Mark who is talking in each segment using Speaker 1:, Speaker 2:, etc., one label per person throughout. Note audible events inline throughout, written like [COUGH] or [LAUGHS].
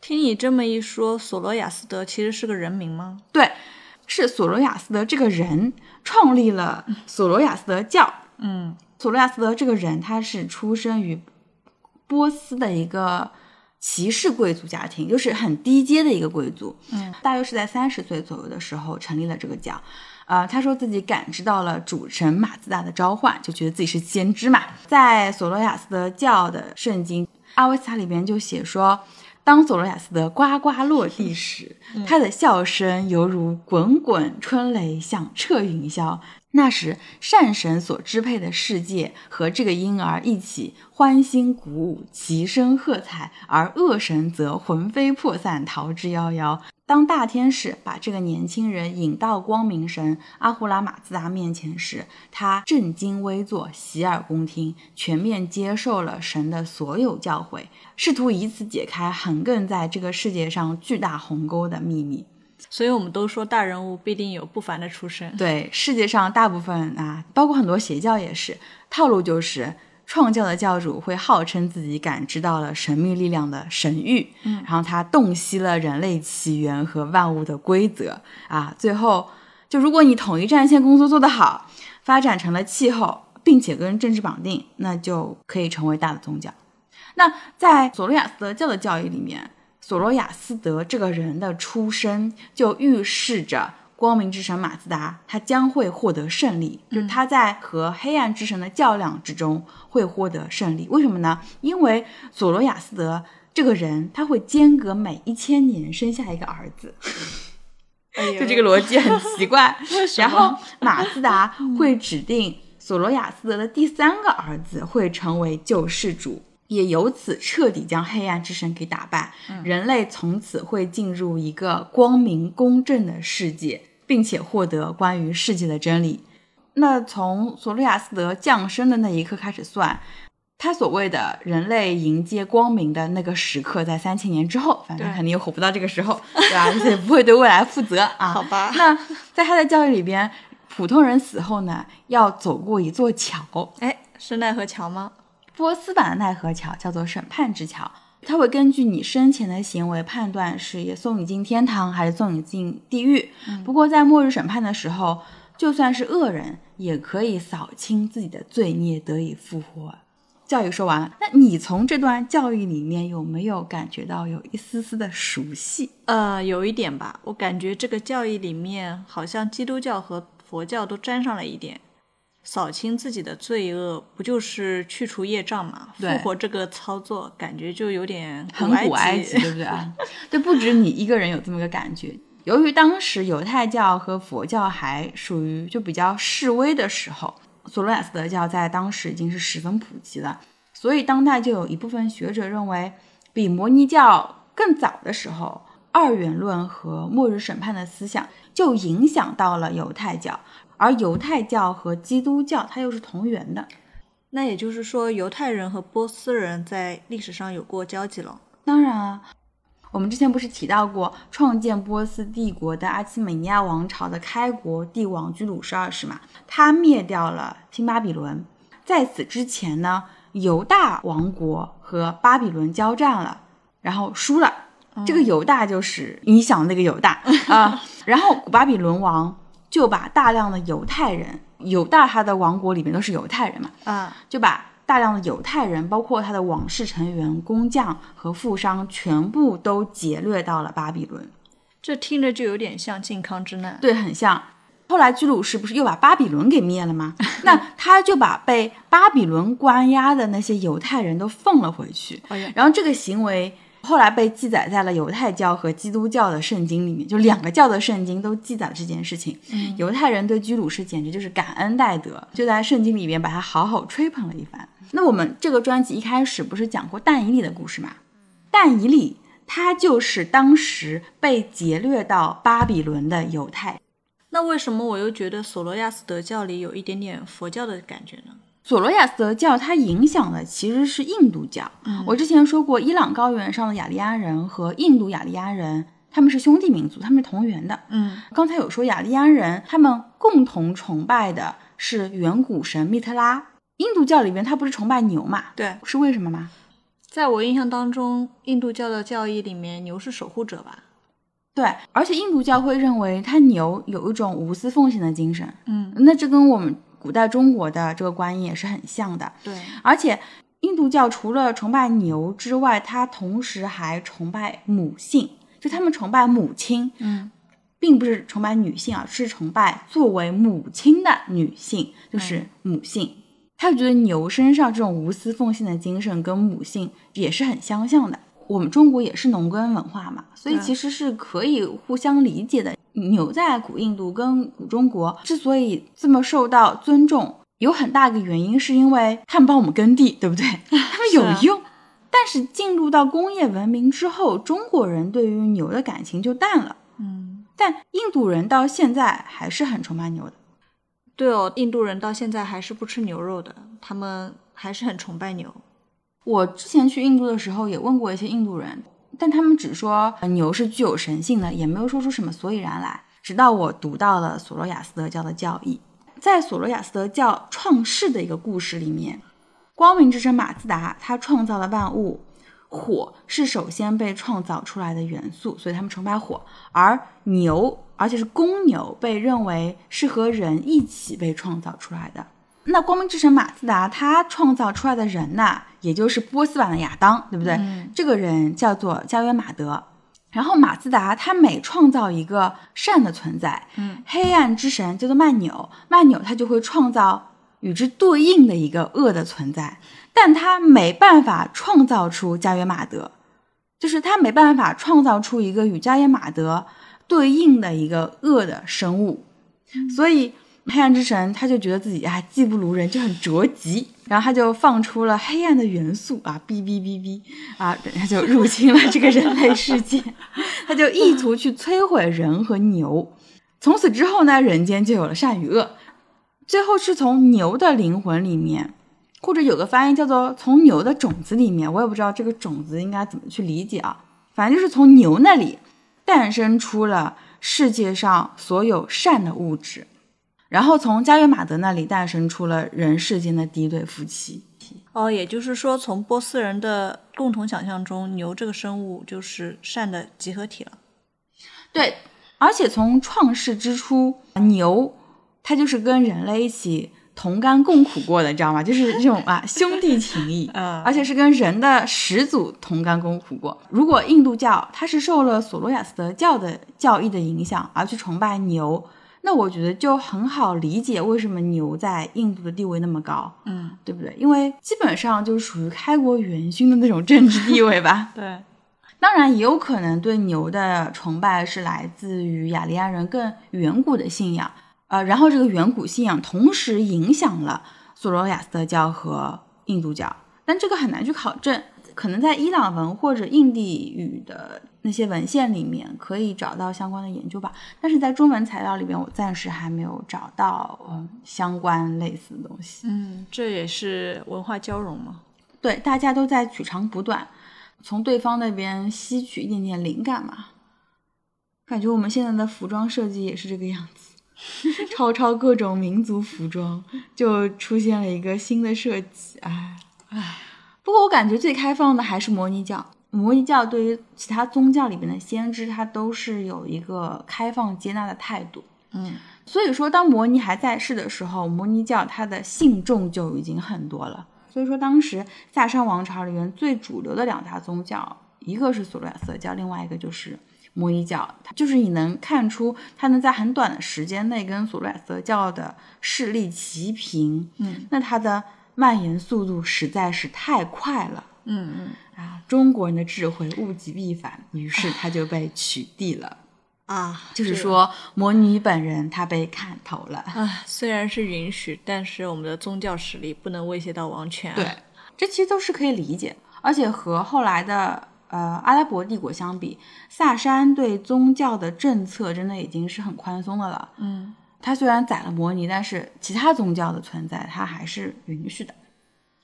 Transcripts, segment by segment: Speaker 1: 听你这么一说，索罗亚斯德其实是个人名吗？
Speaker 2: 对，是索罗亚斯德这个人创立了索罗亚斯德教。
Speaker 1: 嗯
Speaker 2: 索罗亚斯德这个人，他是出生于波斯的一个骑士贵族家庭，就是很低阶的一个贵族。
Speaker 1: 嗯，
Speaker 2: 大约是在三十岁左右的时候成立了这个教。呃，他说自己感知到了主神马自达的召唤，就觉得自己是先知嘛。在索罗亚斯德教的圣经《阿维斯塔》里边就写说，当索罗亚斯德呱呱落地时，他的笑声犹如滚滚春雷响彻云霄。那时，善神所支配的世界和这个婴儿一起欢欣鼓舞，齐声喝彩；而恶神则魂飞魄散，逃之夭夭。当大天使把这个年轻人引到光明神阿胡拉马自达面前时，他正襟危坐，洗耳恭听，全面接受了神的所有教诲，试图以此解开横亘在这个世界上巨大鸿沟的秘密。
Speaker 1: 所以我们都说大人物必定有不凡的出身。
Speaker 2: 对，世界上大部分啊，包括很多邪教也是，套路就是创教的教主会号称自己感知到了神秘力量的神域，
Speaker 1: 嗯
Speaker 2: 然后他洞悉了人类起源和万物的规则啊，最后就如果你统一战线工作做得好，发展成了气候，并且跟政治绑定，那就可以成为大的宗教。那在索罗亚斯德教的教义里面，索罗亚斯德这个人的出身就预示着光明之神马自达他将会获得胜利，就是他在和黑暗之神的较量之中会获得胜利。为什么呢？因为索罗亚斯德这个人他会间隔每一千年生下一个儿子，就
Speaker 1: 就
Speaker 2: 这个逻辑很奇怪。
Speaker 1: 哎为什么
Speaker 2: 然后马自达会指定索罗亚斯德的第三个儿子会成为救世主，也由此彻底将黑暗之神给打败，
Speaker 1: 嗯
Speaker 2: 人类从此会进入一个光明公正的世界，并且获得关于世界的真理。那从索罗亚斯德降生的那一刻开始算，他所谓的人类迎接光明的那个时刻，在三千年之后，反正
Speaker 1: 对
Speaker 2: 肯定也活不到这个时候，对吧？而 [LAUGHS] 且不会对未来负责啊。
Speaker 1: 好吧
Speaker 2: [LAUGHS] 那在他的教育里边，普通人死后呢，要走过一座桥，
Speaker 1: [LAUGHS] 哎，是奈何桥吗？
Speaker 2: 波斯版的奈何桥叫做审判之桥，它会根据你生前的行为判断是也送你进天堂还是送你进地狱。不过在末日审判的时候，就算是恶人也可以扫清自己的罪孽，得以复活。教育说完了，那你从这段教育里面有没有感觉到有一丝丝的熟悉？
Speaker 1: 呃，有一点吧，我感觉这个教义里面好像基督教和佛教都沾上了一点。扫清自己的罪恶，不就是去除业障嘛？复
Speaker 2: 对
Speaker 1: 活这个操作，感觉就有点
Speaker 2: 很古
Speaker 1: 古
Speaker 2: 埃
Speaker 1: 及
Speaker 2: 及，对不对 [LAUGHS] 啊？对，不止你一个人有这么个感觉。由于当时犹太教和佛教还属于就比较示威的时候，索罗亚斯德教在当时已经是十分普及了，所以当代就有一部分学者认为，比摩尼教更早的时候，二元论和末日审判的思想就影响到了犹太教，而犹太教和基督教它又是同源的，
Speaker 1: [LAUGHS] 那也就是说，犹太人和波斯人在历史上有过交集了。
Speaker 2: 当然啊，我们之前不是提到过创建波斯帝国的阿契美尼亚王朝的开国帝王居鲁士二世嘛？他灭掉了新巴比伦。在此之前呢，犹大王国和巴比伦交战了，然后输了。这个犹大就是你想的那个犹大啊、然后古巴比伦王就把大量的犹太人，犹大他的王国里面都是犹太人嘛，
Speaker 1: 啊，
Speaker 2: 就把大量的犹太人，包括他的王室成员、工匠和富商，全部都劫掠到了巴比伦。
Speaker 1: 这听着就有点像靖康之难。
Speaker 2: 对，很像。后来居鲁士不是又把巴比伦给灭了吗？ [LAUGHS] 那他就把被巴比伦关押的那些犹太人都放了回去。
Speaker 1: 哎呀，
Speaker 2: 然后这个行为后来被记载在了犹太教和基督教的圣经里面，就两个教的圣经都记载了这件事情。
Speaker 1: 嗯
Speaker 2: 犹太人对居鲁士简直就是感恩戴德，就在圣经里面把他好好吹捧了一番。那我们这个专辑一开始不是讲过但以理的故事吗？但以理他就是当时被劫掠到巴比伦的犹太人
Speaker 1: 那为什么我又觉得索罗亚斯德教里有一点点佛教的感觉呢？
Speaker 2: 索罗亚斯德教它影响的其实是印度教。我之前说过，伊朗高原上的雅利安人和印度雅利安人，他们是兄弟民族，他们是同源的。
Speaker 1: 嗯
Speaker 2: 刚才有说雅利安人，他们共同崇拜的是远古神密特拉。印度教里面，他不是崇拜牛嘛？
Speaker 1: 对，
Speaker 2: 是为什么吗？
Speaker 1: 在我印象当中，印度教的教义里面，牛是守护者吧？
Speaker 2: 对，而且印度教会认为它牛有一种无私奉献的精神，
Speaker 1: 嗯，
Speaker 2: 那这跟我们古代中国的这个观音也是很像的。
Speaker 1: 对，
Speaker 2: 而且印度教除了崇拜牛之外，它同时还崇拜母性，就他们崇拜母亲，
Speaker 1: 嗯，
Speaker 2: 并不是崇拜女性啊，是崇拜作为母亲的女性，
Speaker 1: 嗯
Speaker 2: 就是母性。他觉得牛身上这种无私奉献的精神跟母性也是很相像的。我们中国也是农耕文化嘛，所以
Speaker 1: 对
Speaker 2: 其实是可以互相理解的。牛在古印度跟古中国之所以这么受到尊重，有很大一个原因是因为他们帮我们耕地，对不对？他们有
Speaker 1: 是啊
Speaker 2: 用。但是进入到工业文明之后，中国人对于牛的感情就淡了。
Speaker 1: 嗯，
Speaker 2: 但印度人到现在还是很崇拜牛的。
Speaker 1: 对哦，印度人到现在还是不吃牛肉的，他们还是很崇拜牛。
Speaker 2: 我之前去印度的时候也问过一些印度人，但他们只说呃牛是具有神性的，也没有说出什么所以然来。直到我读到了索罗亚斯德教的教义，在索罗亚斯德教创世的一个故事里面，光明之神马自达他创造了万物，火是首先被创造出来的元素，所以他们崇拜火，而牛，而且是公牛，被认为是和人一起被创造出来的。那光明之神马自达他创造出来的人呐、也就是波斯版的亚当，对不对？这个人叫做加约马德。然后马自达他每创造一个善的存在，
Speaker 1: 嗯，
Speaker 2: 黑暗之神叫做曼纽，曼纽他就会创造与之对应的一个恶的存在，但他没办法创造出加约马德，就是他没办法创造出一个与加约马德对应的一个恶的生物，所以黑暗之神他就觉得自己啊技不如人，就很着急，然后他就放出了黑暗的元素啊，哔哔哔哔啊，他就入侵了这个人类世界， [LAUGHS] 他就意图去摧毁人和牛。从此之后呢，人间就有了善与恶，最后是从牛的灵魂里面。或者有个翻译叫做“从牛的种子里面”，我也不知道这个种子应该怎么去理解啊。反正就是从牛那里诞生出了世界上所有善的物质，然后从加约马德那里诞生出了人世间的第一对夫妻。
Speaker 1: 哦，也就是说，从波斯人的共同想象中，牛这个生物就是善的集合体了。
Speaker 2: 对，而且从创世之初，牛它就是跟人类一起同甘共苦过的，你知道吗？就是这种啊兄弟情谊，
Speaker 1: 嗯
Speaker 2: 而且是跟人的始祖同甘共苦过。如果印度教它是受了索罗亚斯德教的教义的影响而去崇拜牛，那我觉得就很好理解为什么牛在印度的地位那么高，
Speaker 1: 嗯，
Speaker 2: 对不对？因为基本上就是属于开国元勋的那种政治地位吧。
Speaker 1: 对，
Speaker 2: 当然，也有可能对牛的崇拜是来自于雅利安人更远古的信仰，呃，然后这个远古信仰同时影响了索罗亚斯德教和印度教，但这个很难去考证，可能在伊朗文或者印地语的那些文献里面可以找到相关的研究吧，但是在中文材料里面，我暂时还没有找到嗯相关类似的东西。
Speaker 1: 嗯，这也是文化交融嘛。
Speaker 2: 对，大家都在取长补短，从对方那边吸取一点点灵感嘛。感觉我们现在的服装设计也是这个样子， [LAUGHS] 抄抄各种民族服装，就出现了一个新的设计。哎，不过我感觉最开放的还是摩尼教。摩尼教对于其他宗教里边的先知，它都是有一个开放接纳的态度。
Speaker 1: 嗯，
Speaker 2: 所以说，当摩尼还在世的时候，摩尼教它的信众就已经很多了。所以说，当时萨珊王朝里面最主流的两大宗教，一个是索罗亚斯德教，另外一个就是摩尼教。它就是你能看出，它能在很短的时间内跟索罗亚斯德教的势力齐平。
Speaker 1: 嗯，
Speaker 2: 那它的蔓延速度实在是太快了。
Speaker 1: 嗯嗯
Speaker 2: 啊，中国人的智慧物极必反，于是它就被取缔了。
Speaker 1: 啊，
Speaker 2: 就是
Speaker 1: 这个
Speaker 2: 说，魔女本人她被看透了。
Speaker 1: 啊，虽然是允许，但是我们的宗教实力不能威胁到王权、啊。
Speaker 2: 对，这其实都是可以理解，而且和后来的呃阿拉伯帝国相比，萨珊对宗教的政策真的已经是很宽松的了。
Speaker 1: 嗯，
Speaker 2: 它虽然宰了摩尼，但是其他宗教的存在它还是允许的。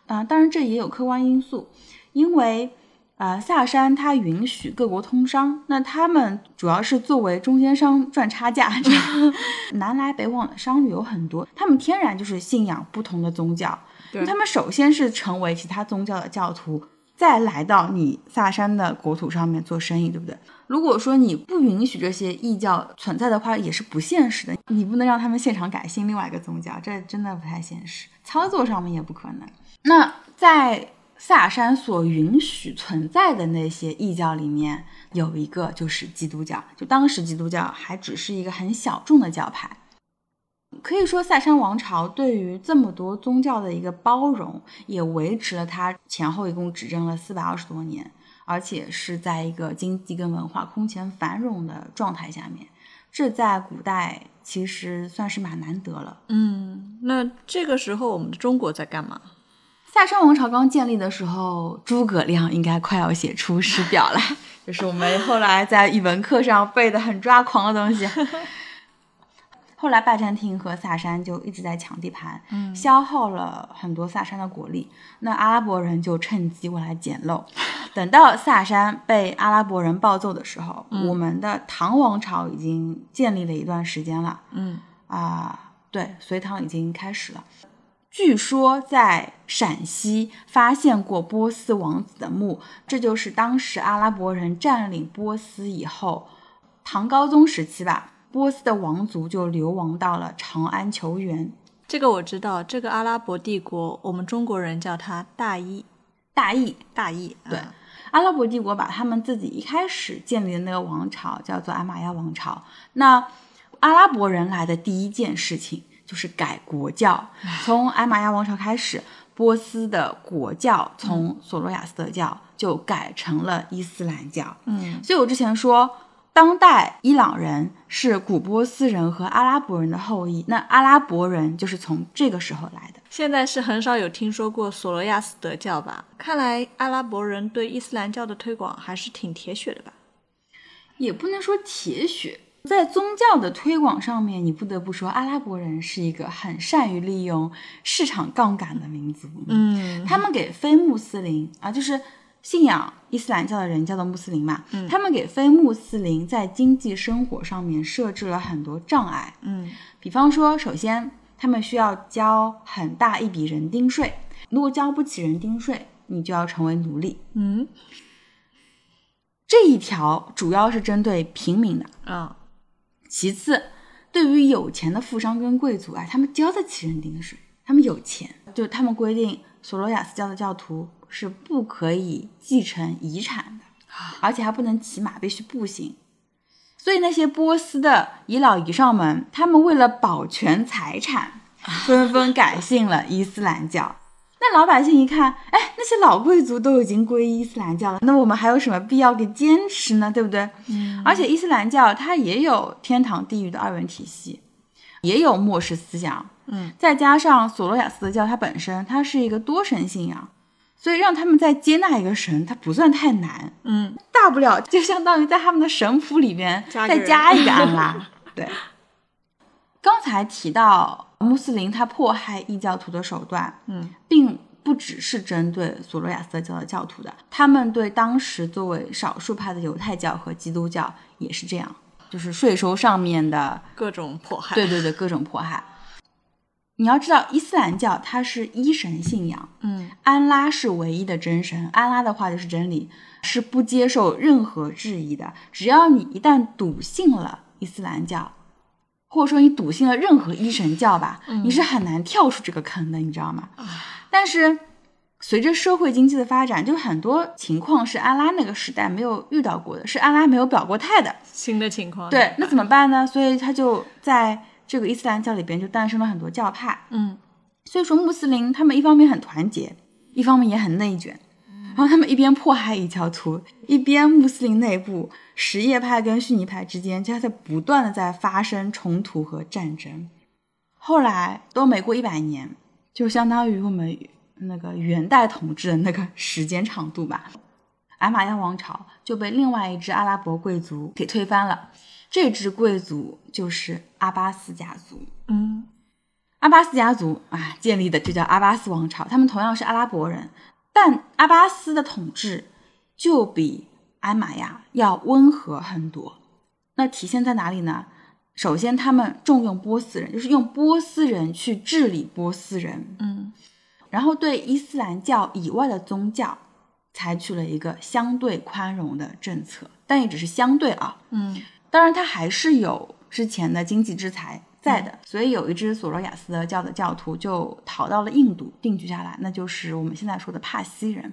Speaker 2: 啊、当然这也有客观因素，因为呃萨珊它允许各国通商，那他们主要是作为中间商赚差价，这样南来北往的商旅有很多，他们天然就是信仰不同的宗教，
Speaker 1: 对
Speaker 2: 他们首先是成为其他宗教的教徒，再来到你萨珊的国土上面做生意，对不对？如果说你不允许这些异教存在的话，也是不现实的。你不能让他们现场改信另外一个宗教，这真的不太现实，操作上面也不可能。那在萨珊所允许存在的那些异教里面，有一个就是基督教，就当时基督教还只是一个很小众的教派。可以说，萨珊王朝对于这么多宗教的一个包容，也维持了它前后一共执政了四百二十多年，而且是在一个经济跟文化空前繁荣的状态下面，这在古代其实算是蛮难得了。
Speaker 1: 嗯，那这个时候我们的中国在干嘛？
Speaker 2: 萨珊王朝刚建立的时候，诸葛亮应该快要写出《师表》了， [LAUGHS] 就是我们后来在语文课上背的很抓狂的东西。后来拜占庭和萨珊就一直在抢地盘，嗯、消耗了很多萨珊的国力。那阿拉伯人就趁机过来捡漏。等到萨珊被阿拉伯人暴揍的时候，我们的唐王朝已经建立了一段时间了。
Speaker 1: 嗯
Speaker 2: 啊、对，隋唐已经开始了。据说在陕西发现过波斯王子的墓，这就是当时阿拉伯人占领波斯以后，唐高宗时期吧，波斯的王族就流亡到了长安求援。
Speaker 1: 这个我知道，这个阿拉伯帝国，我们中国人叫它大伊，
Speaker 2: 大意
Speaker 1: 大伊。
Speaker 2: 对
Speaker 1: 啊
Speaker 2: 阿拉伯帝国把他们自己一开始建立的那个王朝叫做阿玛亚王朝。那阿拉伯人来的第一件事情就是改国教，从阿玛亚王朝开始，波斯的国教从索罗亚斯德教就改成了伊斯兰教。
Speaker 1: 嗯
Speaker 2: 所以我之前说，当代伊朗人是古波斯人和阿拉伯人的后裔，那阿拉伯人就是从这个时候来的。
Speaker 1: 现在是很少有听说过索罗亚斯德教吧？看来阿拉伯人对伊斯兰教的推广还是挺铁血的吧？
Speaker 2: 也不能说铁血。在宗教的推广上面，你不得不说，阿拉伯人是一个很善于利用市场杠杆的民族。，
Speaker 1: 嗯
Speaker 2: 他们给非穆斯林啊，就是信仰伊斯兰教的人叫做穆斯林嘛，
Speaker 1: 嗯
Speaker 2: 他们给非穆斯林在经济生活上面设置了很多障碍。
Speaker 1: 嗯
Speaker 2: 比方说，首先他们需要交很大一笔人丁税，如果交不起人丁税，你就要成为奴隶。
Speaker 1: 嗯
Speaker 2: 这一条主要是针对平民的。
Speaker 1: 啊
Speaker 2: 其次，对于有钱的富商跟贵族啊，他们交得起人丁税，他们有钱，就他们规定索罗亚斯教的教徒是不可以继承遗产的，而且还不能骑马，必须步行。所以那些波斯的遗老遗少们，他们为了保全财产，纷纷改信了伊斯兰教。那老百姓一看，哎，那些老贵族都已经皈依伊斯兰教了，那我们还有什么必要给坚持呢？对不对？
Speaker 1: 嗯
Speaker 2: 而且伊斯兰教它也有天堂地狱的二元体系，也有末世思想，
Speaker 1: 嗯，
Speaker 2: 再加上索罗亚斯德教它本身它是一个多神信仰，所以让他们在接纳一个神，它不算太难，
Speaker 1: 嗯，
Speaker 2: 大不了就相当于在他们的神谱里边
Speaker 1: 加个
Speaker 2: 再
Speaker 1: 人
Speaker 2: 加一个安
Speaker 1: [LAUGHS]
Speaker 2: 拉。对，刚才提到穆斯林他迫害异教徒的手段，
Speaker 1: 嗯，
Speaker 2: 并不只是针对索罗亚斯德教的教徒的，他们对当时作为少数派的犹太教和基督教也是这样，就是税收上面的，
Speaker 1: 各种迫害。
Speaker 2: 对，对对，各种迫害。你要知道，伊斯兰教它是一神信仰，
Speaker 1: 嗯
Speaker 2: 安拉是唯一的真神，安拉的话就是真理，是不接受任何质疑的。只要你一旦笃信了伊斯兰教，或者说你笃信了任何一神教吧，你是很难跳出这个坑的，你知道吗？但是随着社会经济的发展，就很多情况是安拉那个时代没有遇到过的，是安拉没有表过态的。
Speaker 1: 新的情况。
Speaker 2: 对，那怎么办呢？所以他就在这个伊斯兰教里边就诞生了很多教派。
Speaker 1: 嗯
Speaker 2: 所以说穆斯林他们一方面很团结，一方面也很内卷，然后他们一边迫害异教徒，一边穆斯林内部什叶派跟逊尼派之间，就在不断的在发生冲突和战争。后来都没过一百年，就相当于我们那个元代统治的那个时间长度吧。艾玛亚王朝就被另外一支阿拉伯贵族给推翻了，这支贵族就是阿巴斯家族。
Speaker 1: 嗯
Speaker 2: 阿巴斯家族啊建立的，这叫阿巴斯王朝。他们同样是阿拉伯人，但阿巴斯的统治就比艾玛呀要温和很多。那体现在哪里呢？首先，他们重用波斯人，就是用波斯人去治理波斯人，
Speaker 1: 嗯
Speaker 2: 然后对伊斯兰教以外的宗教采取了一个相对宽容的政策，但也只是相对啊。
Speaker 1: 嗯
Speaker 2: 当然，它还是有之前的经济制裁在的，所以有一支索罗亚斯德教的教徒就逃到了印度定居下来，那就是我们现在说的帕西人。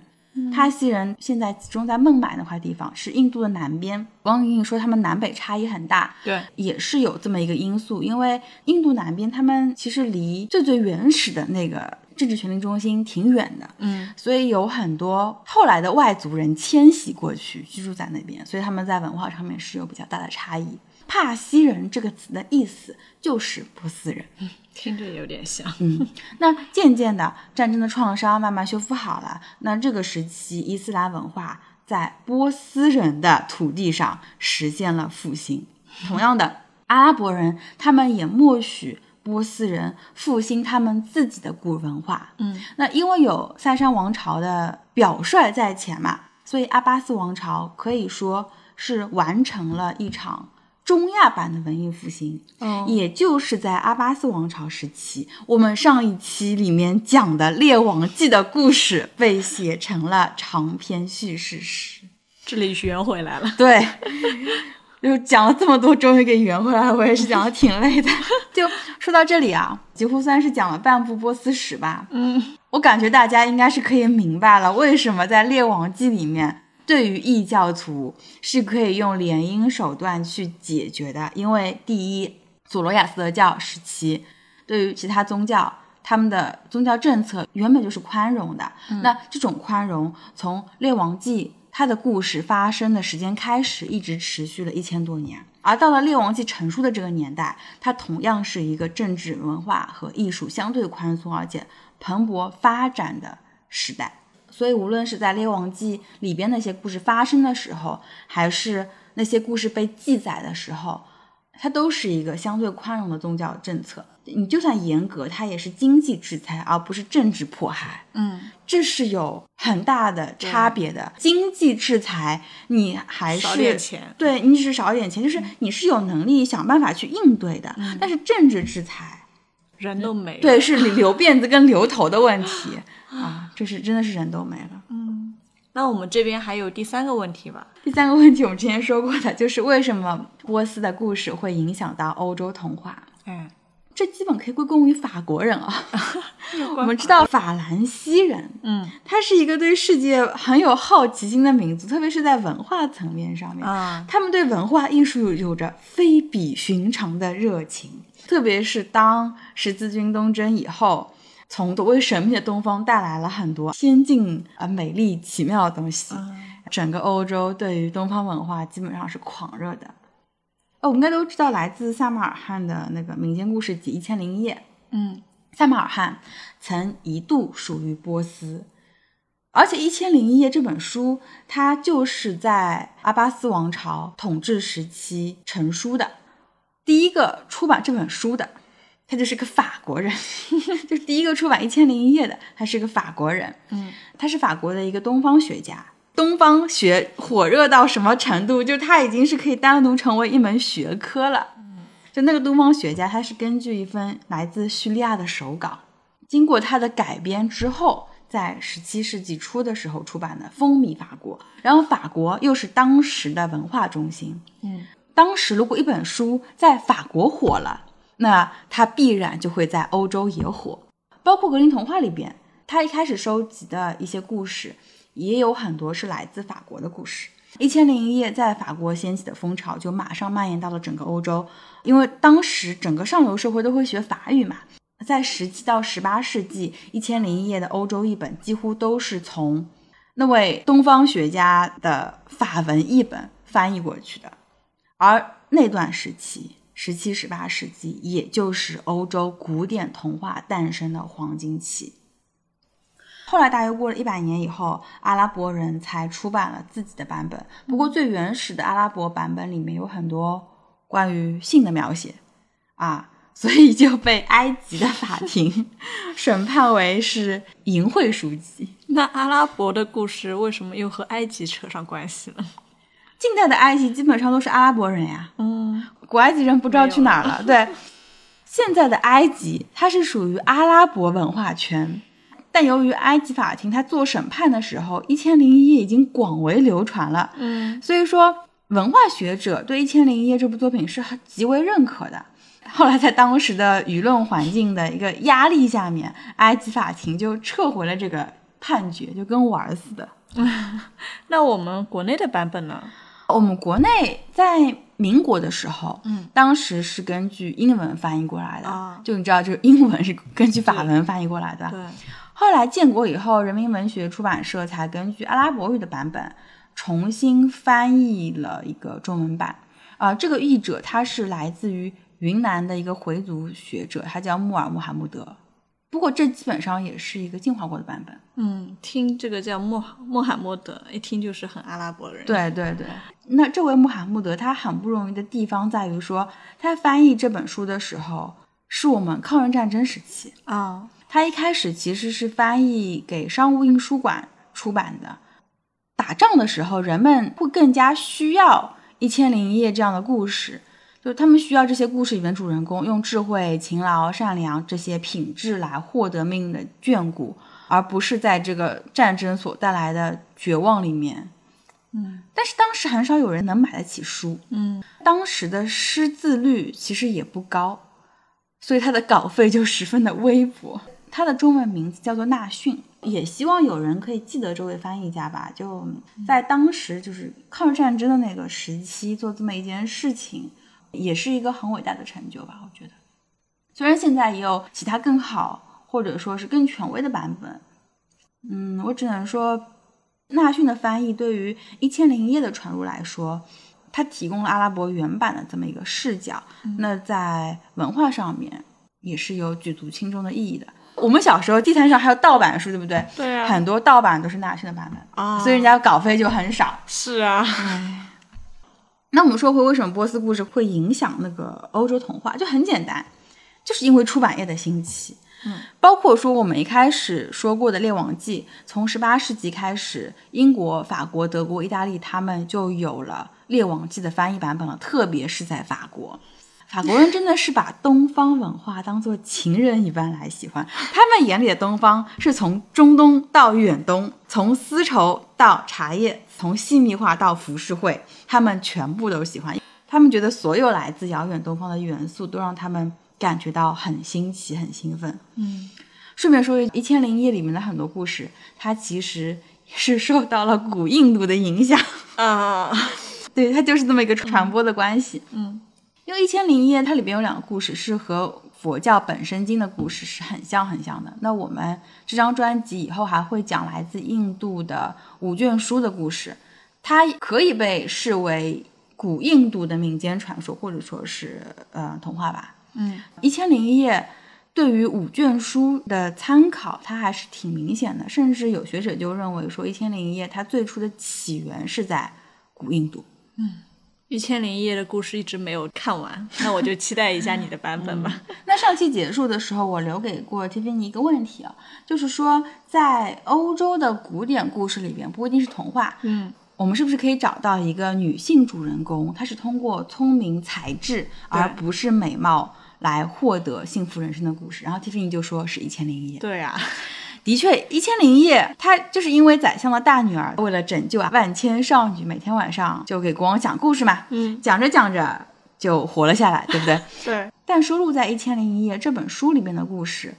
Speaker 2: 帕西人现在集中在孟买那块地方，是印度的南边。我刚刚跟你说，他们南北差异很大，
Speaker 1: 对，
Speaker 2: 也是有这么一个因素，因为印度南边他们其实离最最原始的那个政治权力中心挺远的，
Speaker 1: 嗯
Speaker 2: 所以有很多后来的外族人迁徙过去居住在那边，所以他们在文化上面是有比较大的差异。帕西人这个词的意思就是波斯人。
Speaker 1: 听着有点像，
Speaker 2: 那渐渐的，战争的创伤慢慢修复好了，那这个时期伊斯兰文化在波斯人的土地上实现了复兴。同样的，阿拉伯人他们也默许波斯人复兴他们自己的古文化，
Speaker 1: 嗯
Speaker 2: 那因为有塞山王朝的表率在前嘛，所以阿巴斯王朝可以说是完成了一场中亚版的文艺复兴。
Speaker 1: 哦
Speaker 2: 也就是在阿巴斯王朝时期，我们上一期里面讲的《列王纪》的故事被写成了长篇叙事诗。
Speaker 1: 这里圆回来了，
Speaker 2: 对， [LAUGHS] 就讲了这么多，终于给圆回来了。我也是讲的挺累的。 [LAUGHS] 就说到这里啊，几乎算是讲了半部波斯史吧。
Speaker 1: 嗯
Speaker 2: 我感觉大家应该是可以明白了，为什么在《列王纪》里面，对于异教徒是可以用联姻手段去解决的。因为第一，佐罗亚斯德教时期，对于其他宗教，他们的宗教政策原本就是宽容的。那这种宽容，从《列王纪》它的故事发生的时间开始，一直持续了一千多年。而到了《列王纪》成书的这个年代，它同样是一个政治、文化和艺术相对宽松，而且蓬勃发展的时代。所以，无论是在《列王纪》里边那些故事发生的时候，还是那些故事被记载的时候，它都是一个相对宽容的宗教政策。你就算严格，它也是经济制裁，而不是政治迫害。
Speaker 1: 嗯，
Speaker 2: 这是有很大的差别的。经济制裁，你还
Speaker 1: 少点
Speaker 2: 是
Speaker 1: 钱，
Speaker 2: 对你只是少一点钱，就是你是有能力想办法去应对的。
Speaker 1: 嗯
Speaker 2: 但是政治制裁，
Speaker 1: 人都没了，
Speaker 2: 对，是
Speaker 1: [LAUGHS]
Speaker 2: 留辫子跟留头的问题啊，这是真的是人都没了。
Speaker 1: 嗯那我们这边还有第三个问题吧？
Speaker 2: 第三个问题，我们之前说过的，就是为什么波斯的故事会影响到欧洲童话？
Speaker 1: 哎，
Speaker 2: 这基本可以归功于法国人啊。
Speaker 1: 我
Speaker 2: 我们知，道法兰西人，
Speaker 1: 嗯
Speaker 2: 他是一个对世界很有好奇心的民族，特别是在文化层面上面，
Speaker 1: 啊，
Speaker 2: 他们对文化艺术有有着非比寻常的热情。特别是当十字军东征以后，从多为神秘的东方带来了很多先进啊、呃美丽、奇妙的东西。
Speaker 1: 嗯
Speaker 2: 整个欧洲对于东方文化基本上是狂热的。呃，我们应该都知道来自撒马尔罕的那个民间故事集《一千零一夜》。
Speaker 1: 嗯
Speaker 2: 撒马尔罕曾一度属于波斯，而且《一千零一夜》这本书，它就是在阿巴斯王朝统治时期成书的。第一个出版这本书的，他就是个法国人， [LAUGHS] 就是第一个出版《一千零一夜》的，他是个法国人。
Speaker 1: 嗯，
Speaker 2: 他是法国的一个东方学家。东方学火热到什么程度？就是他已经是可以单独成为一门学科了。就那个东方学家，他是根据一份来自叙利亚的手稿，经过他的改编之后，在十七世纪初的时候出版的，风靡法国。然后法国又是当时的文化中心，
Speaker 1: 嗯，
Speaker 2: 当时如果一本书在法国火了，那它必然就会在欧洲也火。包括格林童话里边，他一开始收集的一些故事，也有很多是来自法国的故事。《一千零一夜》在法国掀起的风潮就马上蔓延到了整个欧洲，因为当时整个上流社会都会学法语嘛。在十七到十八世纪，《一千零一夜》的欧洲译本几乎都是从那位东方学家的法文译本翻译过去的。而那段时期，十七、十八世纪，也就是欧洲古典童话诞生的黄金期。后来大约过了一百年以后，阿拉伯人才出版了自己的版本。不过最原始的阿拉伯版本里面有很多关于性的描写，啊，所以就被埃及的法庭 [LAUGHS] 审判为是淫秽书籍。
Speaker 1: 那阿拉伯的故事为什么又和埃及扯上关系了？
Speaker 2: 近代的埃及基本上都是阿拉伯人呀，
Speaker 1: 嗯，
Speaker 2: 古埃及人不知道去哪儿了。对，现在的埃及它是属于阿拉伯文化圈，但由于埃及法庭他做审判的时候，《一千零一夜》已经广为流传了，
Speaker 1: 嗯，
Speaker 2: 所以说文化学者对《一千零一夜》这部作品是很极为认可的。后来在当时的舆论环境的一个压力下面，埃及法庭就撤回了这个判决，就跟玩儿似的。
Speaker 1: 那我们国内的版本呢？
Speaker 2: 我们国内在民国的时候，
Speaker 1: 嗯，
Speaker 2: 当时是根据英文翻译过来的，
Speaker 1: 啊
Speaker 2: 就你知道，就是英文是根据法文翻译过来的。
Speaker 1: 对，
Speaker 2: 后来建国以后，人民文学出版社才根据阿拉伯语的版本重新翻译了一个中文版。啊、这个译者他是来自于云南的一个回族学者，他叫穆尔穆罕默德。不过这基本上也是一个进化过的版本。
Speaker 1: 嗯，听这个叫穆穆罕默德，一听就是很阿拉伯人。，
Speaker 2: 对对对，那这位穆罕默德他很不容易的地方在于说，他翻译这本书的时候，是我们抗日战争时期。
Speaker 1: 啊、
Speaker 2: 他一开始其实是翻译给商务印书馆出版的。打仗的时候，人们会更加需要《一千零一夜》这样的故事，就是他们需要这些故事里面主人公用智慧、勤劳、善良这些品质来获得命运的眷顾，而不是在这个战争所带来的绝望里面。
Speaker 1: 嗯
Speaker 2: 但是当时很少有人能买得起书，
Speaker 1: 嗯
Speaker 2: 当时的识字率其实也不高，所以他的稿费就十分的微薄。他的中文名字叫做纳逊，也希望有人可以记得这位翻译家吧。就在当时就是抗日战争的那个时期做这么一件事情，也是一个很伟大的成就吧，我觉得。虽然现在也有其他更好或者说是更权威的版本，嗯，我只能说，纳逊的翻译对于《一千零一夜》的传入来说，它提供了阿拉伯原版的这么一个视角，
Speaker 1: 嗯
Speaker 2: 那在文化上面也是有举足轻重的意义的。我们小时候地摊上还有盗版书，对不对？
Speaker 1: 对啊
Speaker 2: 很多盗版都是纳逊的版本，
Speaker 1: 啊，
Speaker 2: 所以人家稿费就很少。
Speaker 1: 是啊，
Speaker 2: 那我们说回为什么波斯故事会影响那个欧洲童话，就很简单，就是因为出版业的兴起。
Speaker 1: 嗯，
Speaker 2: 包括说我们一开始说过的《列王记》，从十八世纪开始，英国、法国、德国、意大利他们就有了《列王记》的翻译版本了，特别是在法国。法国人真的是把东方文化当做情人一般来喜欢，他们眼里的东方是从中东到远东，从丝绸到茶叶，从细密画到浮世绘，他们全部都喜欢。他们觉得所有来自遥远东方的元素都让他们感觉到很新奇、很兴奋。
Speaker 1: 嗯
Speaker 2: 顺便说一句，《一千零一夜》里面的很多故事，它其实是受到了古印度的影响，
Speaker 1: 啊，
Speaker 2: 对，它就是这么一个传播的关系。
Speaker 1: 嗯
Speaker 2: 因为《一千零一夜》它里边有两个故事是和佛教本身经的故事是很像很像的。那我们这张专辑以后还会讲来自印度的五卷书的故事，它可以被视为古印度的民间传说，或者说是呃童话吧。
Speaker 1: 嗯
Speaker 2: 《一千零一夜》对于五卷书的参考，它还是挺明显的，甚至有学者就认为说，《一千零一夜》它最初的起源是在古印度。
Speaker 1: 一千零一夜的故事一直没有看完，那我就期待一下你的版本吧。
Speaker 2: 那上期结束的时候，我留给过 Tiffany 一个问题啊，就是说在欧洲的古典故事里边，不一定是童话，
Speaker 1: 嗯，
Speaker 2: 我们是不是可以找到一个女性主人公，她是通过聪明才智，而不是美貌来获得幸福人生的故事？然后 Tiffany 就说是《一千零一夜》。
Speaker 1: 对啊，
Speaker 2: 的确，《一千零一夜》它就是因为宰相的大女儿为了拯救啊万千少女，每天晚上就给国王讲故事嘛，
Speaker 1: 嗯，
Speaker 2: 讲着讲着就活了下来，对不对？
Speaker 1: 对，
Speaker 2: 但收录在《一千零一夜》这本书里面的故事，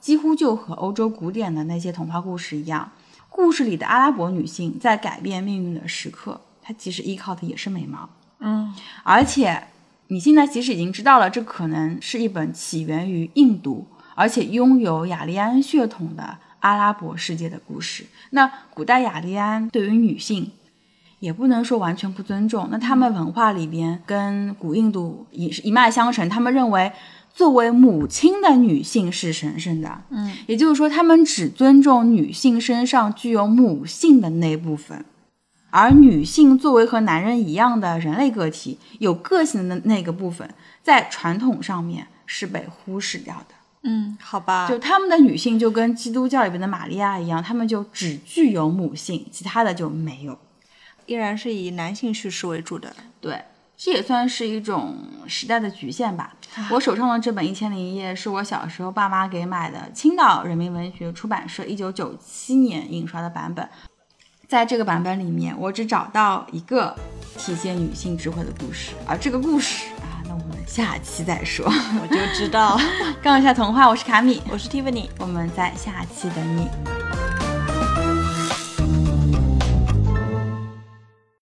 Speaker 2: 几乎就和欧洲古典的那些童话故事一样，故事里的阿拉伯女性在改变命运的时刻，她其实依靠的也是美貌。
Speaker 1: 嗯
Speaker 2: 而且你现在其实已经知道了，这可能是一本起源于印度，而且拥有雅利安血统的阿拉伯世界的故事。那古代雅利安对于女性。也不能说完全不尊重，那他们文化里边跟古印度也是一脉相承，他们认为作为母亲的女性是神圣的，
Speaker 1: 嗯，
Speaker 2: 也就是说他们只尊重女性身上具有母性的那部分。而女性作为和男人一样的人类个体，有个性的那个部分，在传统上面是被忽视掉的。
Speaker 1: 嗯，好吧，
Speaker 2: 就他们的女性就跟基督教里边的玛利亚一样，他们就只具有母性，其他的就没有。
Speaker 1: 依然是以男性叙事为主的。
Speaker 2: 对，这也算是一种时代的局限吧。我手上的这本《一千零一夜》是我小时候爸妈给买的，青岛人民文学出版社一九九七年印刷的版本。在这个版本里面，我只找到一个体现女性智慧的故事，而这个故事啊，那我们下期再说。 [LAUGHS]
Speaker 1: 我就知道。 [LAUGHS]
Speaker 2: 杠一下童话，我是卡米，
Speaker 1: 我是 Tiffany。
Speaker 2: 我们在下期等你。